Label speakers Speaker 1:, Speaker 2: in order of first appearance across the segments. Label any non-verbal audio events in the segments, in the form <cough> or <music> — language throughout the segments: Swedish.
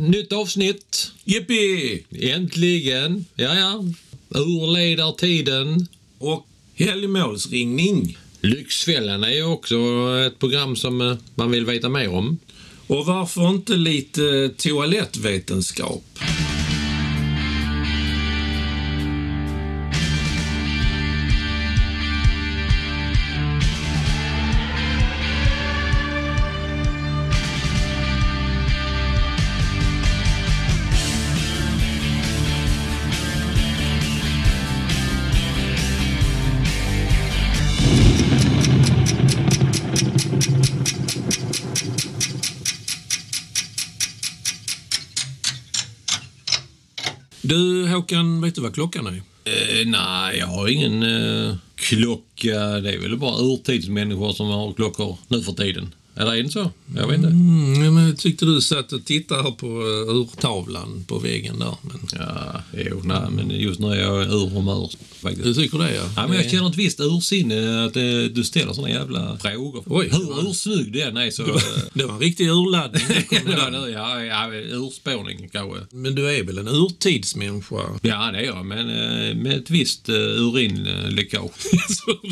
Speaker 1: Nytt avsnitt.
Speaker 2: Jippi!
Speaker 1: Äntligen. Ja, ja. Urleder tiden.
Speaker 2: Och helgmålsringning.
Speaker 1: Lyxfällan är ju också ett program som eh, man vill veta mer om.
Speaker 2: Och varför inte lite toalettvetenskap? Du Håkan, vet du vad klockan är?
Speaker 1: Eh, nej, jag har ingen eh, klocka. Det är väl bara urtidsmänniskor som har klockor nu för tiden. Eller är det inte så? Jag vet inte.
Speaker 2: Mm, men jag tyckte du satt och tittade på eh, urtavlan på väggen där. Men...
Speaker 1: Ja, jo, nej, men just nu är jag ur humör faktiskt.
Speaker 2: Du tycker det ja?
Speaker 1: Ja, men jag känner ett visst ursinne att eh, du ställer såna jävla frågor.
Speaker 2: Oj.
Speaker 1: Hur ursnygg du än är
Speaker 2: <laughs>
Speaker 1: så... eh,
Speaker 2: Det var en riktig urladdning.
Speaker 1: <laughs> Ja, det var det. Ja, ja, urspårning kanske.
Speaker 2: Men du är väl en <laughs> urtidsmänniska?
Speaker 1: Ja, det är jag, men eh, med ett visst eh, urinläckage.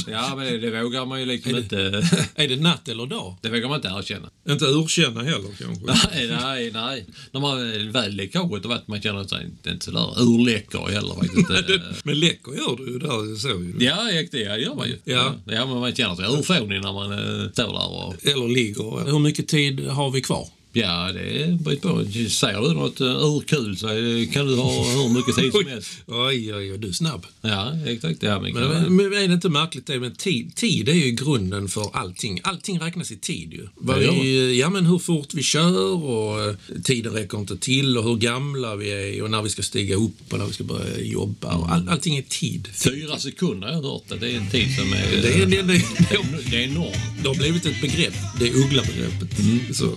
Speaker 1: Ja, men det, det vågar man ju liksom inte... <laughs>
Speaker 2: är det natt eller dag?
Speaker 1: Det vågar man inte erkänna. <laughs>
Speaker 2: Inte urkänna heller kanske?
Speaker 1: Nej, nej, nej. När man väl läckaget och att man känner sig inte, inte sådär urläcker heller faktiskt.
Speaker 2: <laughs>
Speaker 1: Eh,
Speaker 2: <laughs> men läcker gör du ju där, det såg ju du.
Speaker 1: Ja, det det gör man ju.
Speaker 2: Ja.
Speaker 1: ja men man känner sig urfånig när man eh, står där och...
Speaker 2: Eller ligger. Hur mycket tid har vi kvar?
Speaker 1: Ja, det är bryt på. Säger du något eh, urkul så eh, kan du ha hur mycket tid som helst.
Speaker 2: <laughs> Oj, oj, oj, du är snabb.
Speaker 1: Ja, exakt. Ja, men, kan-
Speaker 2: Men, men är det inte märkligt det? Men tid, tid är ju grunden för allting. Allting räknas i tid ju. Vad
Speaker 1: Ja, ja.
Speaker 2: vi, ja, men hur fort vi kör och eh, tiden räcker inte till och hur gamla vi är och när vi ska stiga upp och när vi ska börja jobba. Och all, allting är tid.
Speaker 1: Fyra sekunder har jag hört att det är en tid som är...
Speaker 2: Det, är- det, det,
Speaker 1: det är- det är enormt.
Speaker 2: det har blivit ett begrepp. Det är ugglabegreppet.
Speaker 1: Mm.
Speaker 2: Så,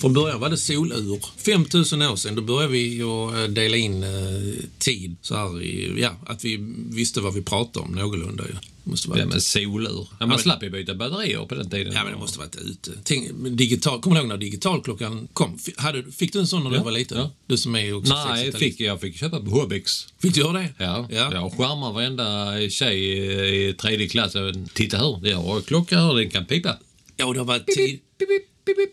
Speaker 2: från början var det solur. 5000 år sedan då började vi att eh, dela in eh, tid så här i, ja, att vi visste vad vi pratade om någorlunda ju. Måste vara
Speaker 1: Ja, men solur. Ja, man slapp ju byta batterier på den tiden.
Speaker 2: Ja, men det måste varit ute. Tänk, men digital, kommer du ihåg när digitalklockan kom? F- hade, du- fick du en sån när du
Speaker 1: Ja,
Speaker 2: var liten?
Speaker 1: ja.
Speaker 2: Du som är ju också
Speaker 1: Nej,
Speaker 2: 60-talist.
Speaker 1: fick, jag fick köpa på Hobix.
Speaker 2: Fick du göra det?
Speaker 1: Ja,
Speaker 2: ja.
Speaker 1: jag skärmar varenda tjej i tredje klass. Titta här, jag har en klocka här, den kan pipa.
Speaker 2: Ja, och det var tid...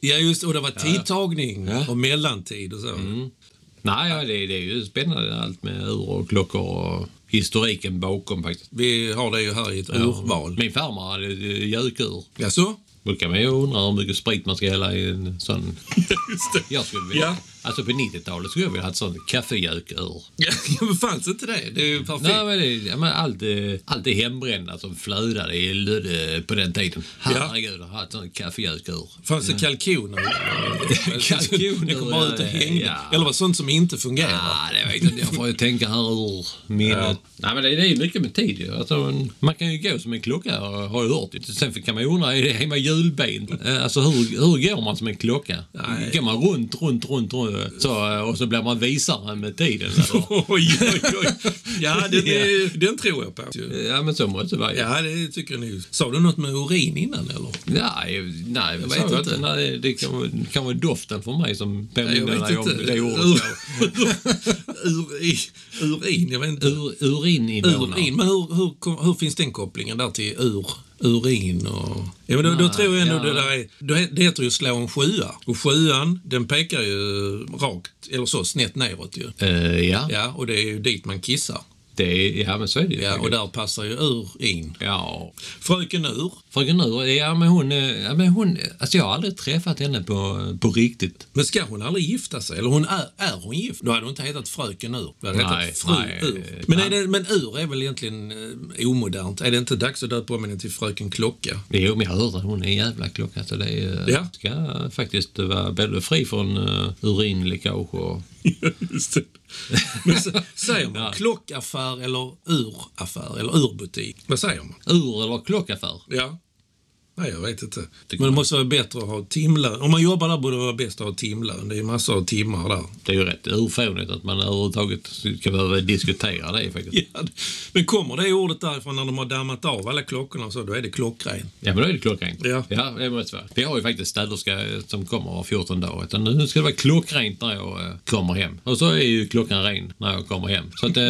Speaker 2: Ja, just och det var tidtagning
Speaker 1: Ja. Mm.
Speaker 2: och mellantid och så.
Speaker 1: Nej, ja, det, det är ju spännande allt med ur och klockor och historiken bakom faktiskt.
Speaker 2: Vi har det ju här i ett urval.
Speaker 1: Min farmor hade eh, gökur.
Speaker 2: Ja, så?
Speaker 1: Då kan man ju undra hur mycket sprit man ska hälla i en sån. Jag skulle vilja...
Speaker 2: Ja.
Speaker 1: Alltså på 90-talet skulle jag vilja ha ett sånt kaffegökur.
Speaker 2: Ja, men fanns inte det? Det är ju perfekt.
Speaker 1: Nej, men det, ja, men allt, eh, allt det hembrända som flödade i Lödde på den tiden. Herregud, att ha ett sånt kaffegökur.
Speaker 2: Fanns det kalkoner?
Speaker 1: <laughs> Kalkoner,
Speaker 2: det kom bara ut och hängde.
Speaker 1: ja.
Speaker 2: Eller var sånt som inte fungerar?
Speaker 1: Ja, Ah, det vet jag inte. Jag får ju tänka här ur minnet. Nej, men det, det är ju mycket med tid ju. Alltså, man- man kan ju gå som en klocka, har jag hört. Sen kan man ju undra, är det hemma julben? Eh, Alltså hur, hur går man som en klocka?
Speaker 2: Nej.
Speaker 1: Går man runt, runt, runt, runt så, eh, och så blir man visare med tiden? eller?
Speaker 2: <laughs> Oj, oj, oj. Ja,
Speaker 1: <laughs>
Speaker 2: den, är, den tror jag på.
Speaker 1: ja, men så måste det vara ju.
Speaker 2: Ja, det tycker jag nog. Sa du något med urin innan eller?
Speaker 1: Nej, nej, jag
Speaker 2: vet
Speaker 1: vet
Speaker 2: inte.
Speaker 1: inte. Nej, det kan, kan vara doften för mig som
Speaker 2: Jag
Speaker 1: påminner
Speaker 2: vet
Speaker 1: dig om
Speaker 2: inte.
Speaker 1: det
Speaker 2: Ur-
Speaker 1: ordet.
Speaker 2: <laughs> uri- urin, jag vet inte.
Speaker 1: Ur, urininvånare.
Speaker 2: Urin, men hur, hur, kom- hur finns den kopplingen där till ur, urin och... Ja, men då, då tror jag ändå
Speaker 1: ja.
Speaker 2: det där är... då he- Det heter ju slå en sjua. Och sjuan, den pekar ju rakt, eller så, snett neråt ju.
Speaker 1: Eh, ja,
Speaker 2: Ja, och det är ju dit man kissar.
Speaker 1: det är, ja, men så är det ju.
Speaker 2: Ja, och där passar ju ur in.
Speaker 1: ja.
Speaker 2: Fröken Ur.
Speaker 1: Fröken Ur, ja men hon, eh, ja, men hon, alltså jag har aldrig träffat henne på, på riktigt.
Speaker 2: Men ska hon aldrig gifta sig? Eller hon är, är hon gift? Då hade hon inte hetat Fröken Ur. Då hade hon
Speaker 1: Nej,
Speaker 2: hetat Fru
Speaker 1: nej,
Speaker 2: Ur.
Speaker 1: eh,
Speaker 2: Men, är det, men Ur är väl egentligen eh, omodernt? Är det inte dags att döpa om henne till Fröken Klocka?
Speaker 1: Jo, men jag hörde att hon är en jävla klocka så det är,
Speaker 2: Ja.
Speaker 1: ska faktiskt vara både fri från uh, urinläckage och...
Speaker 2: <laughs> Just det. <laughs> Men så, säger man klockaffär eller uraffär eller urbutik? Vad säger man?
Speaker 1: Ur eller klockaffär?
Speaker 2: Ja. Nej, jag vet inte. Men det måste vara bättre att ha timlön. Om man jobbar där borde det vara bäst att ha timlön. Det är ju massor av timmar där.
Speaker 1: Det är ju rätt urfånigt att man överhuvudtaget ska behöva diskutera det faktiskt.
Speaker 2: <laughs> Ja, men kommer det ordet därifrån när de har dammat av alla klockorna och så, då är det klockrent.
Speaker 1: Ja, men då är det klockrent.
Speaker 2: Ja.
Speaker 1: ja det måste vara. Vi har ju faktiskt städerska som kommer var 14 dagar. Utan nu ska det vara klockrent när jag eh, kommer hem. Och så är ju klockan ren när jag kommer hem. Så att, eh,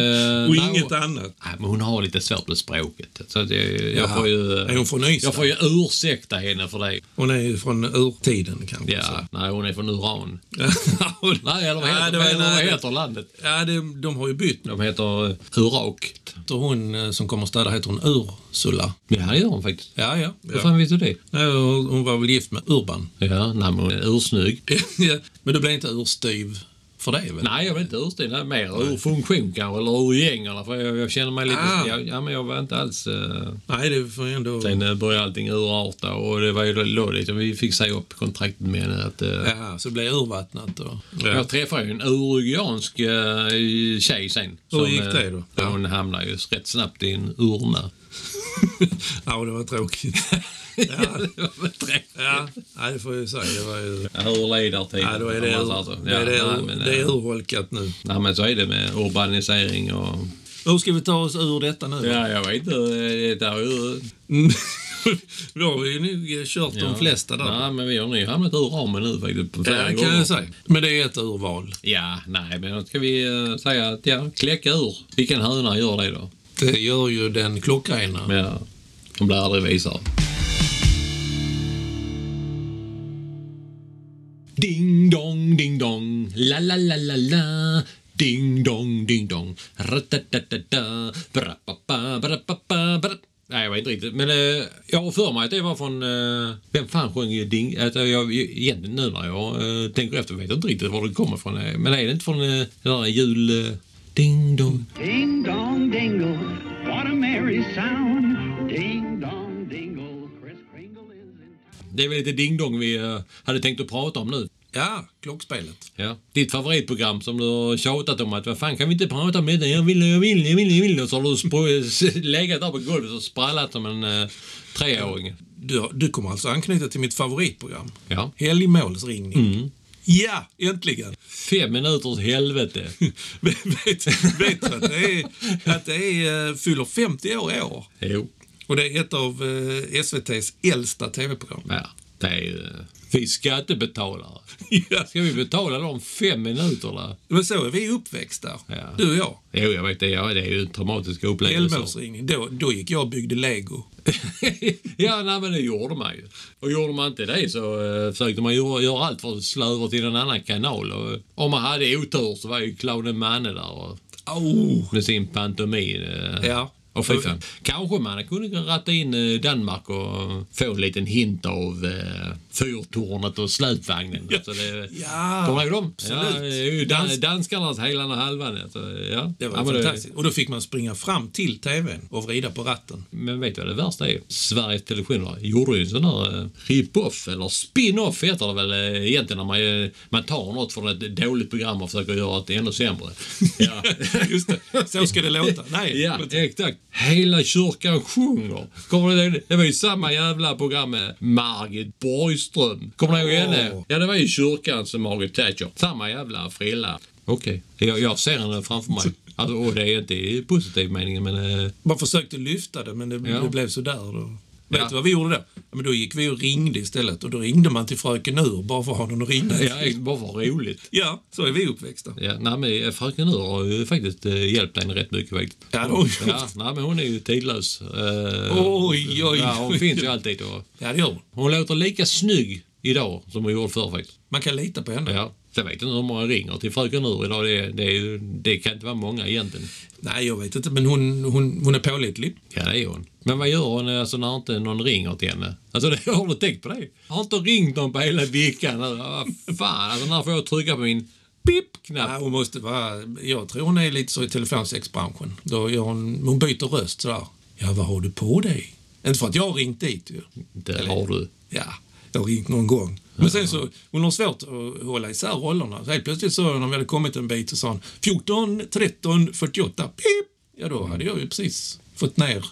Speaker 2: Och
Speaker 1: nej,
Speaker 2: inget
Speaker 1: hon-
Speaker 2: annat.
Speaker 1: Nej, men hon har lite svårt med språket. Så att jag, jag,
Speaker 2: Ja.
Speaker 1: får ju,
Speaker 2: Är hon från Ystad?
Speaker 1: jag får ju ursäkta henne för det.
Speaker 2: Hon är ju från urtiden kanske. så.
Speaker 1: Ja, nej, hon är från Uran.
Speaker 2: Hon-
Speaker 1: Nej, eller vad heter,
Speaker 2: Nej, det
Speaker 1: vad
Speaker 2: var-
Speaker 1: heter, vad
Speaker 2: nej, det-
Speaker 1: heter landet?
Speaker 2: <laughs> Ja, det, de har ju bytt.
Speaker 1: De heter eh, Urak.
Speaker 2: Hon eh, som kommer städa heter hon Ursula.
Speaker 1: Ja, det gör hon faktiskt.
Speaker 2: Ja, ja.
Speaker 1: Hur fan vet du det?
Speaker 2: Nej, hon hon var väl gift med Urban. <laughs>
Speaker 1: Ja, nej, men hon är ursnygg.
Speaker 2: Ja, men du blev inte urstyv för det väl?
Speaker 1: Nej, jag vill inte urstiga. Det är mer ur funktion kanske, eller ur gängarna. För jag, jag känner mig lite...
Speaker 2: Ah.
Speaker 1: Jag, ja, men jag var inte alls... eh,
Speaker 2: Nej, det får jag ändå...
Speaker 1: Sen eh, började allting urarta och det var ju då liksom, vi fick säga upp kontraktet med henne att... eh,
Speaker 2: Ja, så det blev urvattnat då.
Speaker 1: Jag träffade ju en uruguansk eh, tjej sen.
Speaker 2: Hur gick det då?
Speaker 1: eh, Hon hamnade ju rätt snabbt i en urna.
Speaker 2: Ja, det var tråkigt. <laughs>
Speaker 1: Ja. det var väl tråkigt.
Speaker 2: Ja, nej, det får jag ju säga. Det var ju...
Speaker 1: Ja, Urledartiden.
Speaker 2: Ja, då är det,
Speaker 1: om man säger så.
Speaker 2: det,
Speaker 1: Ja,
Speaker 2: är det,
Speaker 1: nej, men, eh,
Speaker 2: det är urholkat nu.
Speaker 1: Nej, men så är det med urbanisering och...
Speaker 2: Hur ska vi ta oss ur detta nu?
Speaker 1: Ja, jag vet inte. Det där är ju...
Speaker 2: Mm. Då har vi ju <laughs> nu kört de flesta där.
Speaker 1: Nej, men vi har nu hamnat ur ramen nu faktiskt. På flera
Speaker 2: Ja, kan
Speaker 1: gånger.
Speaker 2: jag säga. Men det är ett urval.
Speaker 1: Ja, nej, men då ska vi eh, säga att ja, kläcka ur. Vilken höna gör det då?
Speaker 2: Det gör ju den klockrena.
Speaker 1: Ja, de blir aldrig visare. Ding dong, ding dong, la la la la la. Ding dong, ding dong, ra-ta-ta-ta-ta, bra-pa-pa, bra-pa-pa, bra Nej, jag vet inte riktigt. Men eh, jag har för mig att det var från... Eh, vem fan sjöng ju Ding... Att jag, jag, egentligen nu när jag eh, tänker efter vet jag inte riktigt var det kommer ifrån. Eh, men är det inte från eh, den där jul... Eh, ding dong,
Speaker 3: Ding dong dingle, what a merry sound. Ding dong dingle, Kris Kringle is in town.
Speaker 1: Det är väl lite ding-dong vi eh, hade tänkt att prata om nu.
Speaker 2: Ja, klockspelet.
Speaker 1: Ja. Ditt favoritprogram som du har tjatat om att vad fan kan vi inte prata om detta? Jag vill, jag vill, jag vill, jag vill. Och så har du spr- s- <laughs> legat där på golvet och sprallat som en eh, treåring.
Speaker 2: Du, du kommer alltså anknyta till mitt favoritprogram.
Speaker 1: Ja.
Speaker 2: Helgmålsringning.
Speaker 1: Mm.
Speaker 2: Ja, äntligen! <laughs>
Speaker 1: Fem minuters helvete.
Speaker 2: vet vet du att det, är, att det är, eh, fyller 50 år i år?
Speaker 1: Jo.
Speaker 2: Och det är ett av eh, SVTs äldsta tv-program.
Speaker 1: Ja. Det är ju... eh, Vi skattebetalare.
Speaker 2: <laughs> Ja.
Speaker 1: Ska vi betala de fem minuterna?
Speaker 2: Men så är vi uppväxta,
Speaker 1: Ja.
Speaker 2: du och jag.
Speaker 1: Jo, jag vet det. Ja, det är ju traumatiska upplevelser.
Speaker 2: Elmålsringning. Då, då gick jag och byggde lego.
Speaker 1: ja, nej, men det gjorde man ju. Och gjorde man inte det så eh, försökte man göra, göra allt för att slå över till en annan kanal. Och, eh, om man hade otur så var ju clownen Manne där och,
Speaker 2: Au!
Speaker 1: med sin pantomin. Eh,
Speaker 2: Ja.
Speaker 1: Och fy fan. Kanske man kunde ratta in eh, Danmark och få en liten hint av eh, fyrtornet och släpvagnen. Ja. Så det,
Speaker 2: Ja,
Speaker 1: Kommer du ihåg dem?
Speaker 2: absolut.
Speaker 1: Ja, det är ju dan- danskarnas helan och halvan. Så, eh, ja.
Speaker 2: Det var
Speaker 1: ja, men
Speaker 2: fantastiskt. Och då fick man springa fram till tvn och vrida på ratten.
Speaker 1: Men vet du vad det värsta är? Sveriges Television gjorde ju en sån där eh, rip-off, eller spin-off heter det väl eh, egentligen när man, eh, man tar något från ett dåligt program och försöker göra ett ännu sämre. Ja,
Speaker 2: <laughs> Just det. Så ska det låta.
Speaker 1: <laughs>
Speaker 2: Nej.
Speaker 1: ja exakt. Hela kyrkan sjunger. Kommer du ihåg det? Det var ju samma jävla program med Margit Borgström. Kommer du ihåg henne?
Speaker 2: Åh.
Speaker 1: Ja, det var ju kyrkan som Margaret Thatcher. Samma jävla frilla. Okej, jag, jag ser henne framför mig. Alltså, och det är inte i positiv mening, men... eh,
Speaker 2: Man försökte lyfta det, men det,
Speaker 1: Ja.
Speaker 2: det blev sådär. Då.
Speaker 1: Ja.
Speaker 2: Vet du vad vi gjorde då? Ja, men då gick vi och ringde istället och då ringde man till Fröken Ur bara för att ha någon att ringa till.
Speaker 1: Ja, ex- bara för roligt.
Speaker 2: Ja, så är vi uppväxta.
Speaker 1: Ja, nej, men eh, fröken Ur har ju faktiskt eh, hjälpt en rätt mycket faktiskt.
Speaker 2: Ja, det har hon gjort.
Speaker 1: Ja, nej, men hon är ju tidlös. Eh,
Speaker 2: Oj, oj,
Speaker 1: Ja, hon
Speaker 2: oj.
Speaker 1: finns ju alltid. Och
Speaker 2: Ja, det gör hon.
Speaker 1: hon låter lika snygg idag som hon gjorde förr faktiskt.
Speaker 2: Man kan lita på henne.
Speaker 1: Ja, jag vet inte hur många ringer till fröken Ur idag. Det, det, är ju, det kan inte vara många egentligen.
Speaker 2: Nej, jag vet inte, men hon, hon, hon är pålitlig.
Speaker 1: Ja, det är hon. Men vad gör hon alltså, när inte någon ringer till henne? Alltså, det, <laughs> har du tänkt på det? Har inte ringt någon på hela veckan? Alltså, vad fan, alltså, när får jag trycka på min pip-knapp?
Speaker 2: Nej, hon måste vara... Jag tror hon är lite så i telefonsexbranschen. Då gör hon, hon byter röst sådär. Ja, vad har du på dig? Inte för att jag har ringt dit ju.
Speaker 1: Det har du.
Speaker 2: Ja, jag har ringt någon gång. Men sen så, hon har svårt att hålla isär rollerna. Så helt plötsligt så när vi hade kommit en bit så sa hon 14, 13, 48, pip! Ja, då hade jag ju precis fått ner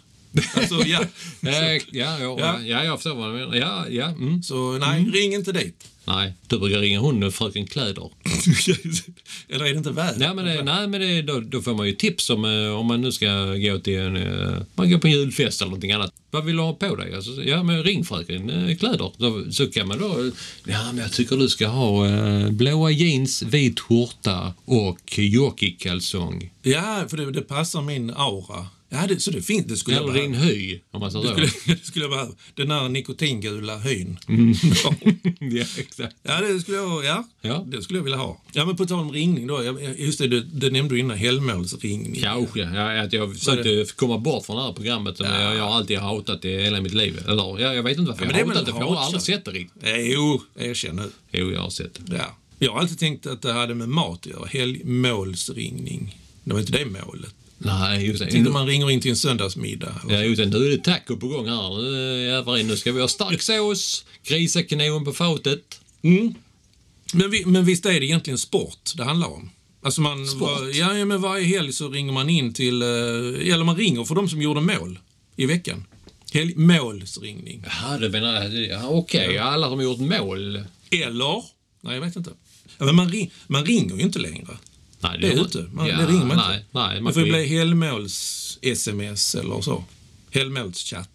Speaker 2: Alltså, ja.
Speaker 1: Eh, ja, ja,
Speaker 2: Ja.
Speaker 1: ja. ja, jag förstår vad du menar. Ja, ja. Mm.
Speaker 2: Så nej, ring inte dit. <laughs>
Speaker 1: Nej, du brukar ringa hon Fröken Kläder.
Speaker 2: Eller är det inte värt?
Speaker 1: Nej, <laughs> men, det, nej, men det, då, då får man ju tips om, eh, om man nu ska gå till en... eh, Man går på en julfest eller någonting annat. Vad vill du ha på dig? Alltså, ja, men ring fröken eh, Kläder. Så, så kan man då... Ja, men jag tycker du ska ha eh, blåa jeans, vit skjorta och jockeykalsong.
Speaker 2: Ja, för det, det passar min aura. Ja, det, så det finns. Det skulle jag
Speaker 1: Eller
Speaker 2: behöva.
Speaker 1: din hy, om man säger
Speaker 2: Det
Speaker 1: så.
Speaker 2: skulle, <laughs> det skulle jag behöva. Den där nikotingula hyn.
Speaker 1: <laughs>
Speaker 2: <laughs>
Speaker 1: ja, exakt.
Speaker 2: Ja, det skulle jag, ja,
Speaker 1: Ja.
Speaker 2: det skulle jag vilja ha. Ja, men på tal om ringning då. jag- jag- Just det, du, du nämnde ju innan helgmålsringning.
Speaker 1: Kanske. Ja, att jag försökte komma bort från det här programmet som jag, jag har alltid hatat det hela mitt liv. Eller, jag, jag vet inte varför
Speaker 2: Ja, men det är
Speaker 1: jag
Speaker 2: väl
Speaker 1: hatat det, för jag har
Speaker 2: hat,
Speaker 1: aldrig
Speaker 2: så.
Speaker 1: sett det riktigt.
Speaker 2: Eh, Jo, erkänn nu.
Speaker 1: Jo, jag har sett det.
Speaker 2: Ja. Jag har alltid tänkt att det hade med mat att göra. Helgmålsringning. Det var inte det målet.
Speaker 1: Nej, just det.
Speaker 2: Inte man ringer in till en söndagsmiddag.
Speaker 1: Mm. Ja, just det. Nu är det taco på gång här. Nu jävlar in. Nu ska vi ha stark sås, grisa kniven på fatet.
Speaker 2: Men, vi, men visst är det egentligen sport det handlar om? Alltså man,
Speaker 1: Sport?
Speaker 2: Var, ja, ja, men varje helg så ringer man in till... eh, Eller man ringer för de som gjorde mål i veckan. Helg, målsringning.
Speaker 1: Jaha, du menar... ja, Okej, alla som gjort mål.
Speaker 2: Eller? Nej, jag vet inte. Ja, men man, ring, man ringer ju inte längre.
Speaker 1: Nej,
Speaker 2: Det är
Speaker 1: gör
Speaker 2: ute. Man,
Speaker 1: ja,
Speaker 2: det ringer man
Speaker 1: nej,
Speaker 2: inte.
Speaker 1: Nej,
Speaker 2: det
Speaker 1: man
Speaker 2: får
Speaker 1: får
Speaker 2: ju bli helgmåls-sms eller så. Helgmålschatt.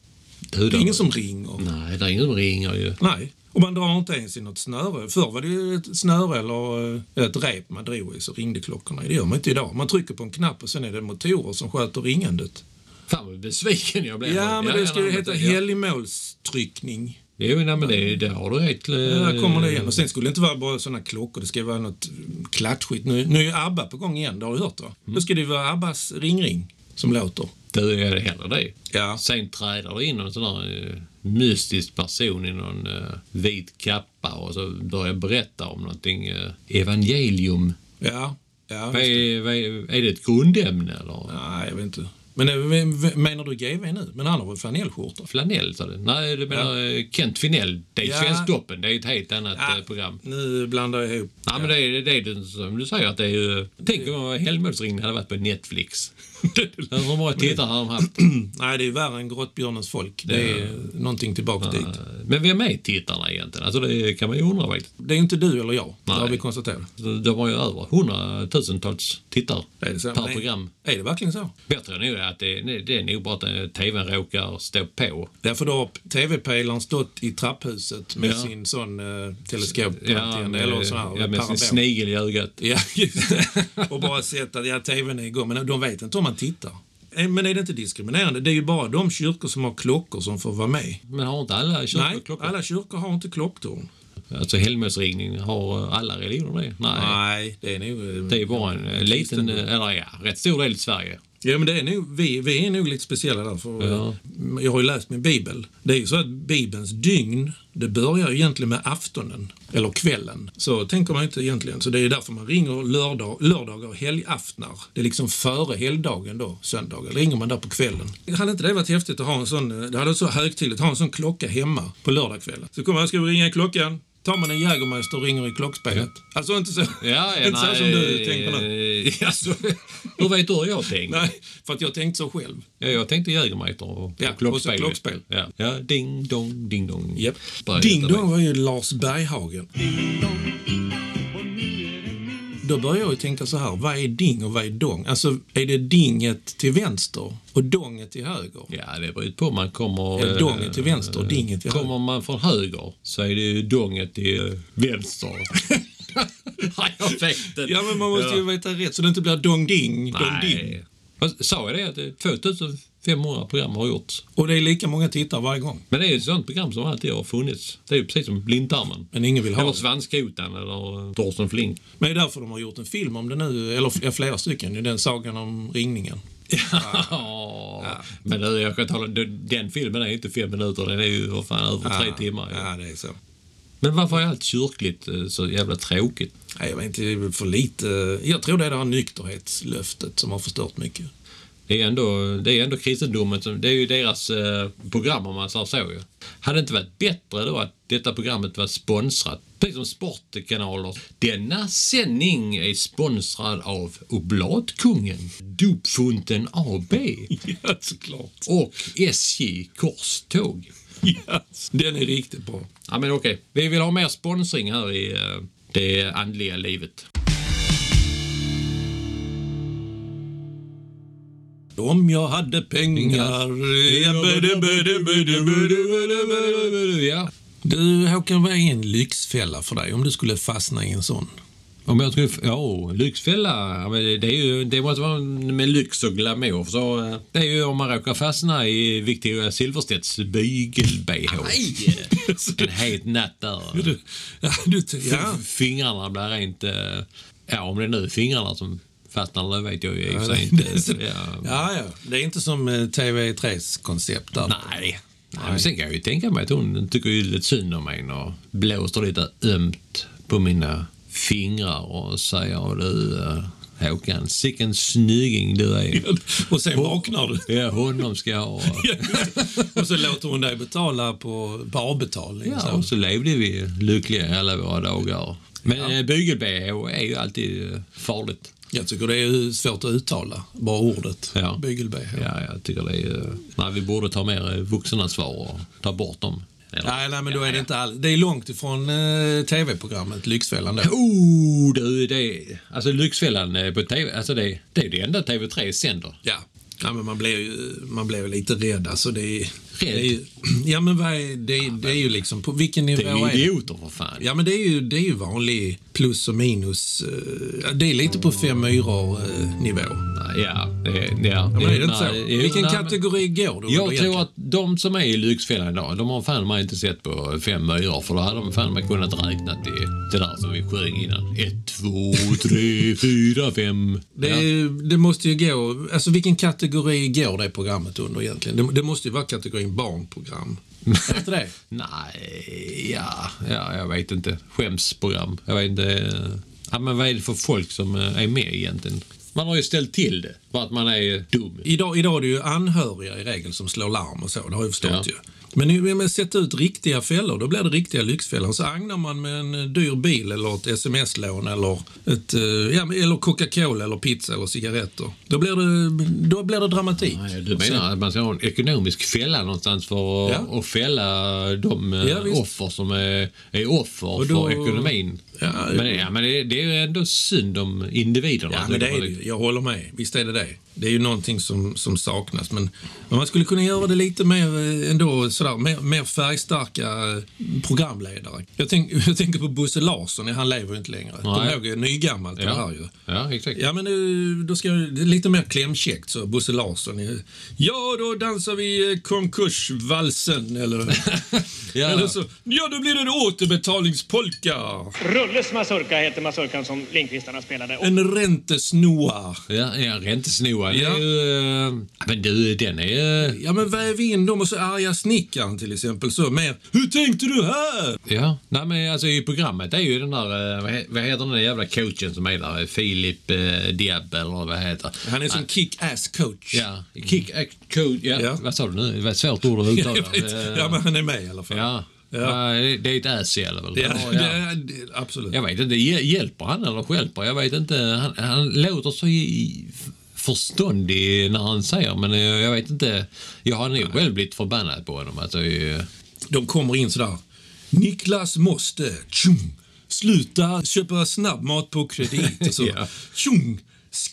Speaker 1: Du,
Speaker 2: Det
Speaker 1: då.
Speaker 2: är ingen som ringer.
Speaker 1: Nej, det är ingen som ringer ju.
Speaker 2: Nej. Och man drar inte ens i något snöre. Förr var det ju ett snöre eller eh, ett rep man drog i så ringde klockorna. Det gör man inte idag. Man trycker på en knapp och sen är det motorer som sköter ringandet.
Speaker 1: Fan vad besviken jag blev.
Speaker 2: Ja, men det ska ju heta
Speaker 1: ja.
Speaker 2: helgmålstryckning.
Speaker 1: Jo, nej, men det, det har du eh, helt...
Speaker 2: Där kommer det igen. Och sen skulle det inte vara bara sådana klockor. Det ska ju vara något klatschigt. Nu, nu är ju ABBA på gång igen. Det har du hört va?
Speaker 1: Mm.
Speaker 2: Nu ska det ju vara ABBAs ringring som låter.
Speaker 1: Du är det hellre det.
Speaker 2: Ja.
Speaker 1: Sen träder det in någon sån där eh, mystisk person i någon eh, vit kappa och så börjar berätta om någonting. eh, evangelium.
Speaker 2: Ja. ja
Speaker 1: Vad är, vad är, är det ett grundämne eller?
Speaker 2: Nej, jag vet inte. Men eh, vem- vem- menar du GV nu? Men han har väl flanellskjorta?
Speaker 1: Flanell sa du? Nej, du menar eh, Kent Finell. Det är
Speaker 2: Ja.
Speaker 1: Svensktoppen. Det är ett helt annat eh, program.
Speaker 2: Nu blandar jag ihop.
Speaker 1: Nej, men det är det, är det som du säger. Att det är ju, tänk om Helmholtzringen hade varit på Netflix. <laughs> Hur många tittare har de haft?
Speaker 2: Nej, det är värre än Grottbjörnens folk. Det är någonting tillbaka dit.
Speaker 1: Men vem är tittarna egentligen? Alltså det kan man ju undra faktiskt.
Speaker 2: Det är inte du eller jag. Det har
Speaker 1: Nej.
Speaker 2: vi konstaterat.
Speaker 1: De har ju över hundratusentals tittare
Speaker 2: Är det så?
Speaker 1: per
Speaker 2: Nej.
Speaker 1: program.
Speaker 2: Är det verkligen så?
Speaker 1: Jag tror nog att det, nej, det är nog bara att eh, TVn råkar stå på.
Speaker 2: Därför då har TV-pelaren stått i trapphuset med sin sån eh, teleskop eller sån här
Speaker 1: eh, ja, med sin
Speaker 2: parabol.
Speaker 1: snigel i ögat.
Speaker 2: Ja, just det. Och bara sett att ja, TVn är igång. Men de vet inte om man tittar. Eh, Men är det inte diskriminerande? Det är ju bara de kyrkor som har klockor som får vara med.
Speaker 1: Men har inte alla
Speaker 2: Nej,
Speaker 1: kyrkoklockor?
Speaker 2: alla kyrkor har inte klocktorn.
Speaker 1: Alltså helgmålsringning, har eh, alla religioner det? Nej.
Speaker 2: Nej, det är nog... eh,
Speaker 1: Det är bara en eh, liten, eh, eller ja, rätt stor del i Sverige.
Speaker 2: Ja, men det är nog, vi, vi är nog lite speciella där. För eh, Jag har ju läst min bibel. Det är ju så att bibelns dygn, det börjar ju egentligen med aftonen, eller kvällen. Så tänker man inte egentligen. Så det är ju därför man ringer lördag, lördagar och helgaftnar. Det är liksom före helgdagen då, söndagar. Ringer man där på kvällen. Hade inte det varit häftigt att ha en sån, eh, det hade varit så högtidligt, att ha en sån klocka hemma på lördagskvällen. Så kommer jag, ska vi ringa i klockan? Tar man en Jägermeister och ringer i klockspelet. Alltså inte så,
Speaker 1: Ja, ja,
Speaker 2: <laughs> inte
Speaker 1: nej,
Speaker 2: så som du tänker nu.
Speaker 1: <laughs> nu. Alltså, hur vet du hur jag tänker?
Speaker 2: Nej, för att jag tänkte så själv.
Speaker 1: Ja, jag tänkte Jägermeister och,
Speaker 2: Ja,
Speaker 1: och klockspel.
Speaker 2: och så klockspel.
Speaker 1: Ja. ja, ding dong, ding dong.
Speaker 2: Japp.
Speaker 1: Bara
Speaker 2: Ding
Speaker 1: detta
Speaker 2: Dong var ju Lars Berghagen. Då börjar jag ju tänka så här, vad är ding och vad är dong? Alltså, är det dinget till vänster och donget till höger?
Speaker 1: med. Ja, det beror ju på om man kommer...
Speaker 2: Eller
Speaker 1: eh,
Speaker 2: donget till vänster och dinget till höger?
Speaker 1: Kommer man från höger så är det ju donget till eh, vänster. Nej, jag vet inte.
Speaker 2: <laughs> Ja, men man måste ju veta rätt så det inte blir dong-ding, dong-ding.
Speaker 1: Nej. Vad- Sa jag det? Att det är 2500 program har gjorts.
Speaker 2: Och det är lika många tittare varje gång.
Speaker 1: Men det är ju ett sånt program som alltid har funnits. Det är ju precis som Blindtarmen.
Speaker 2: Men ingen vill ha
Speaker 1: Eller
Speaker 2: det.
Speaker 1: Svanskotan eller eh, Torsten
Speaker 2: <laughs>
Speaker 1: Flink.
Speaker 2: Men det är därför de har gjort en film om det nu, eller f- ja, flera stycken, ju, den sagan om ringningen.
Speaker 1: Ja. Men du, jag kan tala, den den filmen är ju inte fem minuter, den är ju vad fan över tre timmar.
Speaker 2: Ja, det är så.
Speaker 1: Men varför är allt kyrkligt eh, så jävla tråkigt?
Speaker 2: Nej, jag vet inte, det är väl för lite. Jag tror det är det här nykterhetslöftet som har förstört mycket.
Speaker 1: Det är ändå, det är ändå kristendomen, som, det är ju deras eh, program om man säger så ju. Hade det inte varit bättre då att detta programmet var sponsrat Precis som sportkanaler. Denna sändning är sponsrad av Oblatkungen, Dopfunten AB
Speaker 2: Ja, såklart.
Speaker 1: och SJ Korståg.
Speaker 2: Yes. Den är riktigt bra.
Speaker 1: Ja, men okej. Vi vill ha mer sponsring här i eh, det andliga livet.
Speaker 2: Om jag hade pengar...
Speaker 1: Ja.
Speaker 2: Du, Håkan, vad är en lyxfälla för dig om du skulle fastna i en sån?
Speaker 1: Om jag skulle... Ja, oh, Lyxfälla. Ja, men det, det, är ju, det måste vara med lyx och glamour. Så, eh, det är ju om man råkar fastna i Victoria Silverstedts bygel-bh. <laughs> En het natt där.
Speaker 2: Du, ja, du, ja.
Speaker 1: F- Fingrarna blir rent... eh, Ja, om det nu är fingrarna som fastnar, det vet jag ju i och för sig inte. Ja.
Speaker 2: Ja, ja. Det är inte som eh, TV3s koncept där.
Speaker 1: Nej. Nej, men sen kan jag ju tänka mig att hon tycker ju lite synd om mig och blåser lite ömt på mina fingrar och säger du eh, Håkan, sicken snygging du är. <laughs>
Speaker 2: Och sen vaknar du.
Speaker 1: Ja, honom ska jag ha.
Speaker 2: <laughs> Och så låter hon dig betala på, på avbetalning.
Speaker 1: Ja,
Speaker 2: Så.
Speaker 1: och så levde vi lyckliga i alla våra dagar. Men ja. bygel-bh är ju alltid eh, farligt.
Speaker 2: Jag tycker det är svårt att uttala, bara ordet.
Speaker 1: Ja.
Speaker 2: Bygel-BH.
Speaker 1: Ja, jag tycker det är... eh, Nej, vi borde ta mer eh, vuxenansvar och ta bort dem. Eller?
Speaker 2: Nej, nej, men då är det inte all... Det är långt ifrån eh, TV-programmet Lyxfällan då.
Speaker 1: Oh, du, det... Alltså Lyxfällan eh, på TV, alltså det, det är ju det enda TV3 sänder.
Speaker 2: Ja. Ja, men man blev ju man blev lite rädd. Alltså det är,
Speaker 1: Rädd?
Speaker 2: Det är, ju- ja, men vad är, det, är- det är ju liksom... På vilken nivå
Speaker 1: Det är ju
Speaker 2: är det?
Speaker 1: idioter för fan.
Speaker 2: Ja, men det är ju, det är ju vanlig plus och minus. eh, det är lite på fem myror-nivå.
Speaker 1: Ja, det, ja,
Speaker 2: men är det inte så?
Speaker 1: nej, jo,
Speaker 2: vilken
Speaker 1: nej, men-
Speaker 2: kategori går du
Speaker 1: Jag tror att de som är i Lyxfällan idag, de har fan man inte sett på fem myror för då hade de fan man kunnat räkna till det där som vi sjöng innan. Ett, två, tre, <laughs> fyra, fem.
Speaker 2: Det,
Speaker 1: ja.
Speaker 2: det måste ju gå... Alltså vilken kategori går det programmet under egentligen? Det, det måste ju vara kategorin barnprogram. Är det inte det?
Speaker 1: Nej, ja, ja, jag vet inte. Skämsprogram. Jag vet inte. Ja, men vad är det för folk som eh, är med egentligen? Man har ju ställt till det för att man är dum.
Speaker 2: Idag, idag är det ju anhöriga i regel som slår larm och så, det har jag ju förstått
Speaker 1: Ja.
Speaker 2: ju. Men nu, men sätt ut riktiga fällor, då blir det riktiga lyxfällor. Så agnar man med en eh, dyr bil eller ett sms-lån eller, ett, eh, ja, men- eller Coca-Cola eller pizza eller cigaretter. Då blir det, då blir det dramatik.
Speaker 1: Nej, Du menar att man ska ha en ekonomisk fälla någonstans för att
Speaker 2: Ja.
Speaker 1: att fälla de eh,
Speaker 2: Ja, visst.
Speaker 1: offer som är, är offer
Speaker 2: då-
Speaker 1: för ekonomin?
Speaker 2: Ja,
Speaker 1: men ja, men det, det är ju ändå synd om individerna.
Speaker 2: Ja, men det är det. ju. Jag håller med. Visst är det det. Det är ju någonting som, som saknas. Men, men man skulle kunna göra det lite mer eh, ändå, sådär, mer, mer färgstarka eh, programledare. Jag, tänk, <laughs> jag tänker på Bosse Larsson. Ja, Han lever ju inte längre. Kommer du ihåg? det är Nygammalt det här
Speaker 1: ja.
Speaker 2: ju.
Speaker 1: ja, exakt.
Speaker 2: Ja, men eh, då ska jag, det är lite mer klämkäckt, så Bosse Larsson. eh, Ja, då dansar vi eh, konkursvalsen, eller...
Speaker 1: <laughs> Ja.
Speaker 2: eller så, ja, då blir det en återbetalningspolka.
Speaker 4: Rulles mazurka heter mazurkan som Lindqvistarna spelade. Och
Speaker 2: En räntesnoa.
Speaker 1: Ja, ja räntesnoa. Det
Speaker 2: Ja.
Speaker 1: är ju... eh, Men du, den är... eh,
Speaker 2: Ja, men väv in dem och så arga snickaren till exempel. Så mer, hur tänkte du här?
Speaker 1: Ja, nej men alltså i programmet är ju den där, eh, vad he- vad heter den där jävla coachen som är där? Filip eh, Diab eller vad det heter.
Speaker 2: Han är som kick-ass coach.
Speaker 1: Ja, kick act coach. Ja,
Speaker 2: Ja.
Speaker 1: vad sa du nu? Det var ett svårt ord att uttala.
Speaker 2: <laughs> Jag vet.
Speaker 1: Eh,
Speaker 2: ja, men han är med i alla fall.
Speaker 1: ja.
Speaker 2: Ja.
Speaker 1: Nej, det är ett ass i alla fall.
Speaker 2: Ja,
Speaker 1: Ja,
Speaker 2: det är- det- absolut.
Speaker 1: Jag vet inte, hj- hjälper han eller stjälper? Jag vet inte. Han, han låter så i- i- förståndig när han säger, men eh, jag vet inte. Jag har nog själv blivit förbannad på honom. Alltså, eh,
Speaker 2: De kommer in sådär. Niklas måste tjung, sluta köpa snabbmat på kredit. Och så,
Speaker 1: <laughs> Ja.
Speaker 2: tjung,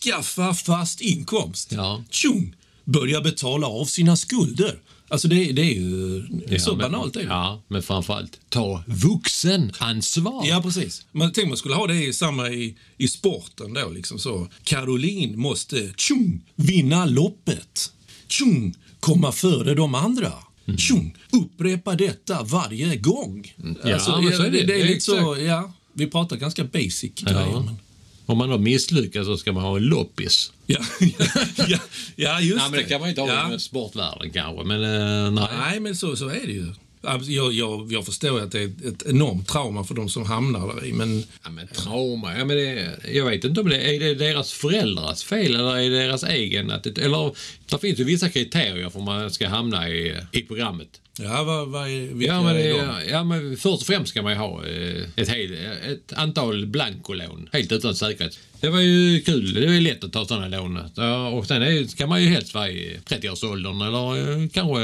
Speaker 2: skaffa fast inkomst.
Speaker 1: Ja.
Speaker 2: Tjung, börja betala av sina skulder. Alltså det, det är ju så
Speaker 1: ja, men-
Speaker 2: banalt. Är det.
Speaker 1: Ja, men framförallt, ta vuxenansvar.
Speaker 2: Ja, precis. Man tänk man skulle ha det i samma i, i sporten då. Liksom så. Caroline måste tjung, vinna loppet. Tjung, komma före de andra.
Speaker 1: Mm.
Speaker 2: Tjung, upprepa detta varje gång.
Speaker 1: Ja, men så är det.
Speaker 2: Det, är
Speaker 1: Ja,
Speaker 2: lite så, ja, vi pratar ganska basic grejer. Men,
Speaker 1: Om man har misslyckats så ska man ha en loppis.
Speaker 2: ja, <laughs> ja, ja, just
Speaker 1: Nej, men det kan man inte ha
Speaker 2: ja.
Speaker 1: med sportvärlden kanske, men eh, nej.
Speaker 2: Nej, men så, så är det ju. Abs- Jag, jag, jag förstår att det är ett enormt trauma för de som hamnar där i, men
Speaker 1: Ja, men trauma, ja, men det, jag vet inte om det är det deras föräldrars fel eller är det deras egen attityd? Eller, det finns ju vissa kriterier för man ska hamna i, i programmet.
Speaker 2: Ja, vad, vad är, vilka
Speaker 1: Ja men,
Speaker 2: är de?
Speaker 1: eh, ja, men först och främst ska man ju ha eh, ett, hel, ett antal blankolån helt utan säkerhet. Det var ju kul. Det var ju lätt att ta sådana lån. Ja, och sen är, ju- kan man ju helst vara i 30-årsåldern eller eh, kanske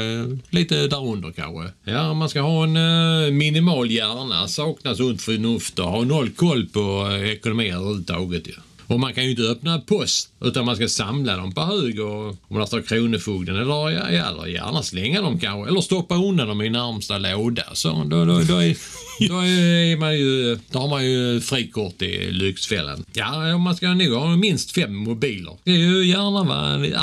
Speaker 1: lite därunder kanske. Ja, man ska ha en eh, minimal hjärna, sakna sunt förnuft och ha noll koll på eh, ekonomi överhuvudtaget. Ja. Och man kan ju inte öppna post utan man ska samla dem på hög och om det står Kronofogden eller, ja, eller gärna slänga dem kanske. Eller stoppa undan dem i närmsta låda. Så då, då, då, är, då, är man ju, då har man ju frikort i Lyxfällan. Ja, man ska nog ha minst fem mobiler. Det är ju gärna va,